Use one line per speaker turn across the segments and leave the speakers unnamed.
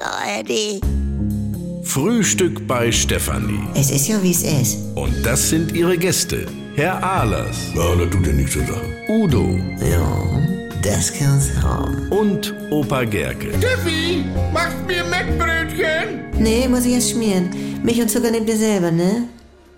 ARD.
Frühstück bei Stefanie.
Es ist ja, wie es ist.
Und das sind ihre Gäste. Herr Ahlers. Ja, das tut ja nichts zu sagen. Udo
Ja, das kann's haben.
und Opa Gerke.
Tiffy, machst mir Mettbrötchen?
Nee, muss ich erst schmieren. Milch und Zucker nehmt ihr selber, ne?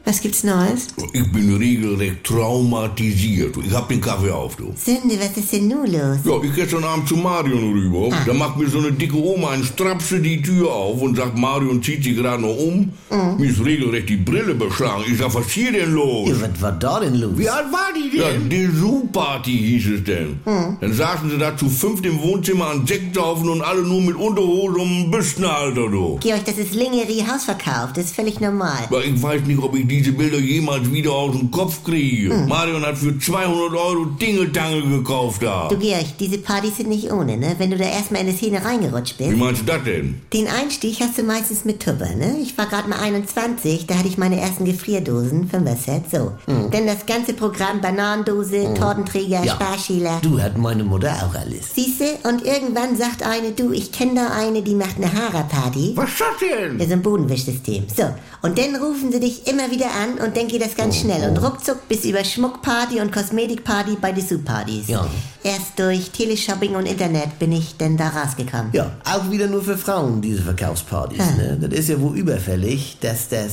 Was gibt's Neues?
Ich bin regelrecht traumatisiert. Ich hab den Kaffee auf, du.
Sünde, was ist denn nun los?
Ja, ich gestern Abend zu Marion rüber.
Ah.
Da macht mir so eine dicke Oma ein Strapse die Tür auf und sagt, Marion zieht sich gerade noch um.
Mhm.
Mir ist regelrecht die Brille beschlagen. Ich sag, was ist hier denn los?
Was war da denn los?
Wie alt war die denn? Ja, die Zoo-Party hieß es denn.
Mhm.
Dann saßen sie da zu fünft im Wohnzimmer an Sekt saufen und alle nur mit Unterhose und einem Büstenhalter, du.
Georg, das ist Lingerie Hausverkauf. Das ist völlig normal.
Aber ich weiß nicht, ob ich diese Bilder jemals wieder aus dem Kopf kriege.
Mhm.
Marion hat für 200 Euro Dingeltangel gekauft da.
Du, Georg, diese Partys sind nicht ohne, ne? Wenn du da erstmal in eine Szene reingerutscht bist.
Wie meinst du das denn?
Den Einstieg hast du meistens mit Tupper, ne? Ich war gerade mal 21, da hatte ich meine ersten Gefrierdosen, Fünfer-Set, so. Dann das ganze Programm, Bananendose, Tortenträger,
Mhm. Ja.
Sparschäler.
Du hat meine Mutter auch alles.
Siehste, und irgendwann sagt eine, du, ich kenne da eine, die macht eine Haarerparty.
Was ist das denn?
Ja, so ein Bodenwischsystem. So, und dann rufen sie dich immer wieder an und dann geht das
Oh,
ganz schnell. Und ruckzuck bis über Schmuckparty und Kosmetikparty bei Dessous-Partys.
Ja.
Erst durch Teleshopping und Internet bin ich denn da rausgekommen.
Ja, auch wieder nur für Frauen, diese Verkaufspartys. Ne? Das ist ja wohl überfällig, dass das,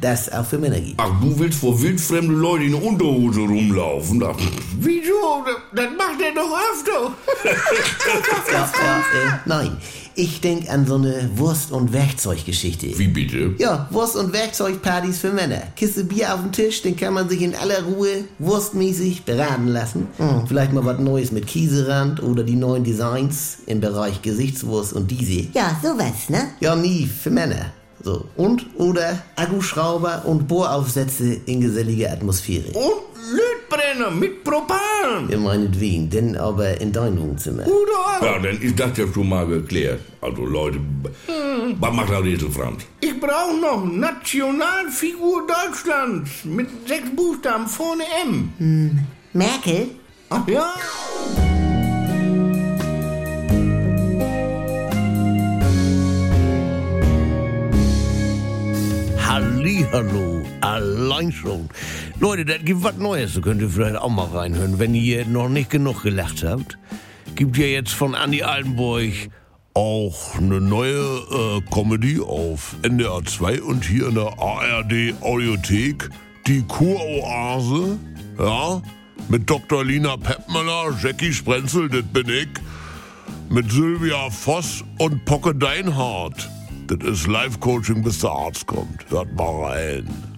das auch für Männer gibt.
Ach, du willst vor wildfremde Leute in Unterhose rumlaufen? Da, wieso? Das macht er doch öfter.
Ja, ja, äh, nein, ich denk an so eine Wurst- und Werkzeuggeschichte.
Wie bitte?
Ja, Wurst- und Werkzeugpartys für Männer. Kiste Bier auf dem Tisch, den kann man sich in aller Ruhe wurstmäßig beraten lassen. Vielleicht mal was Neues mit Kieserand oder die neuen Designs im Bereich Gesichtswurst und diese.
Ja, sowas, ne?
Ja, nie, für Männer. So. Und oder Akkuschrauber und Bohraufsätze in geselliger Atmosphäre.
Und Lötbrenner mit Propan.
Ja, meinetwegen, denn aber in deinem Wohnzimmer.
Ja, dann ist das ja schon mal geklärt. Also Leute, was macht der Leselfranz? Ich brauche noch Nationalfigur Deutschlands mit sechs Buchstaben vorne M.
Merkel?
Ach ja?
Hallihallo, allein schon. Leute, das gibt was Neues, da könnt ihr vielleicht auch mal reinhören, wenn ihr noch nicht genug gelacht habt. Gibt ja jetzt von Andy Altenburg auch eine neue äh, Comedy auf NDR 2 und hier in der ARD Audiothek, die Kuroase, ja, mit Dr. Lina Peppmüller, Jackie Sprenzel, das bin ich mit Sylvia Voss und Pocke Deinhardt. Das ist Life-Coaching, bis der Arzt kommt. Hört mal rein.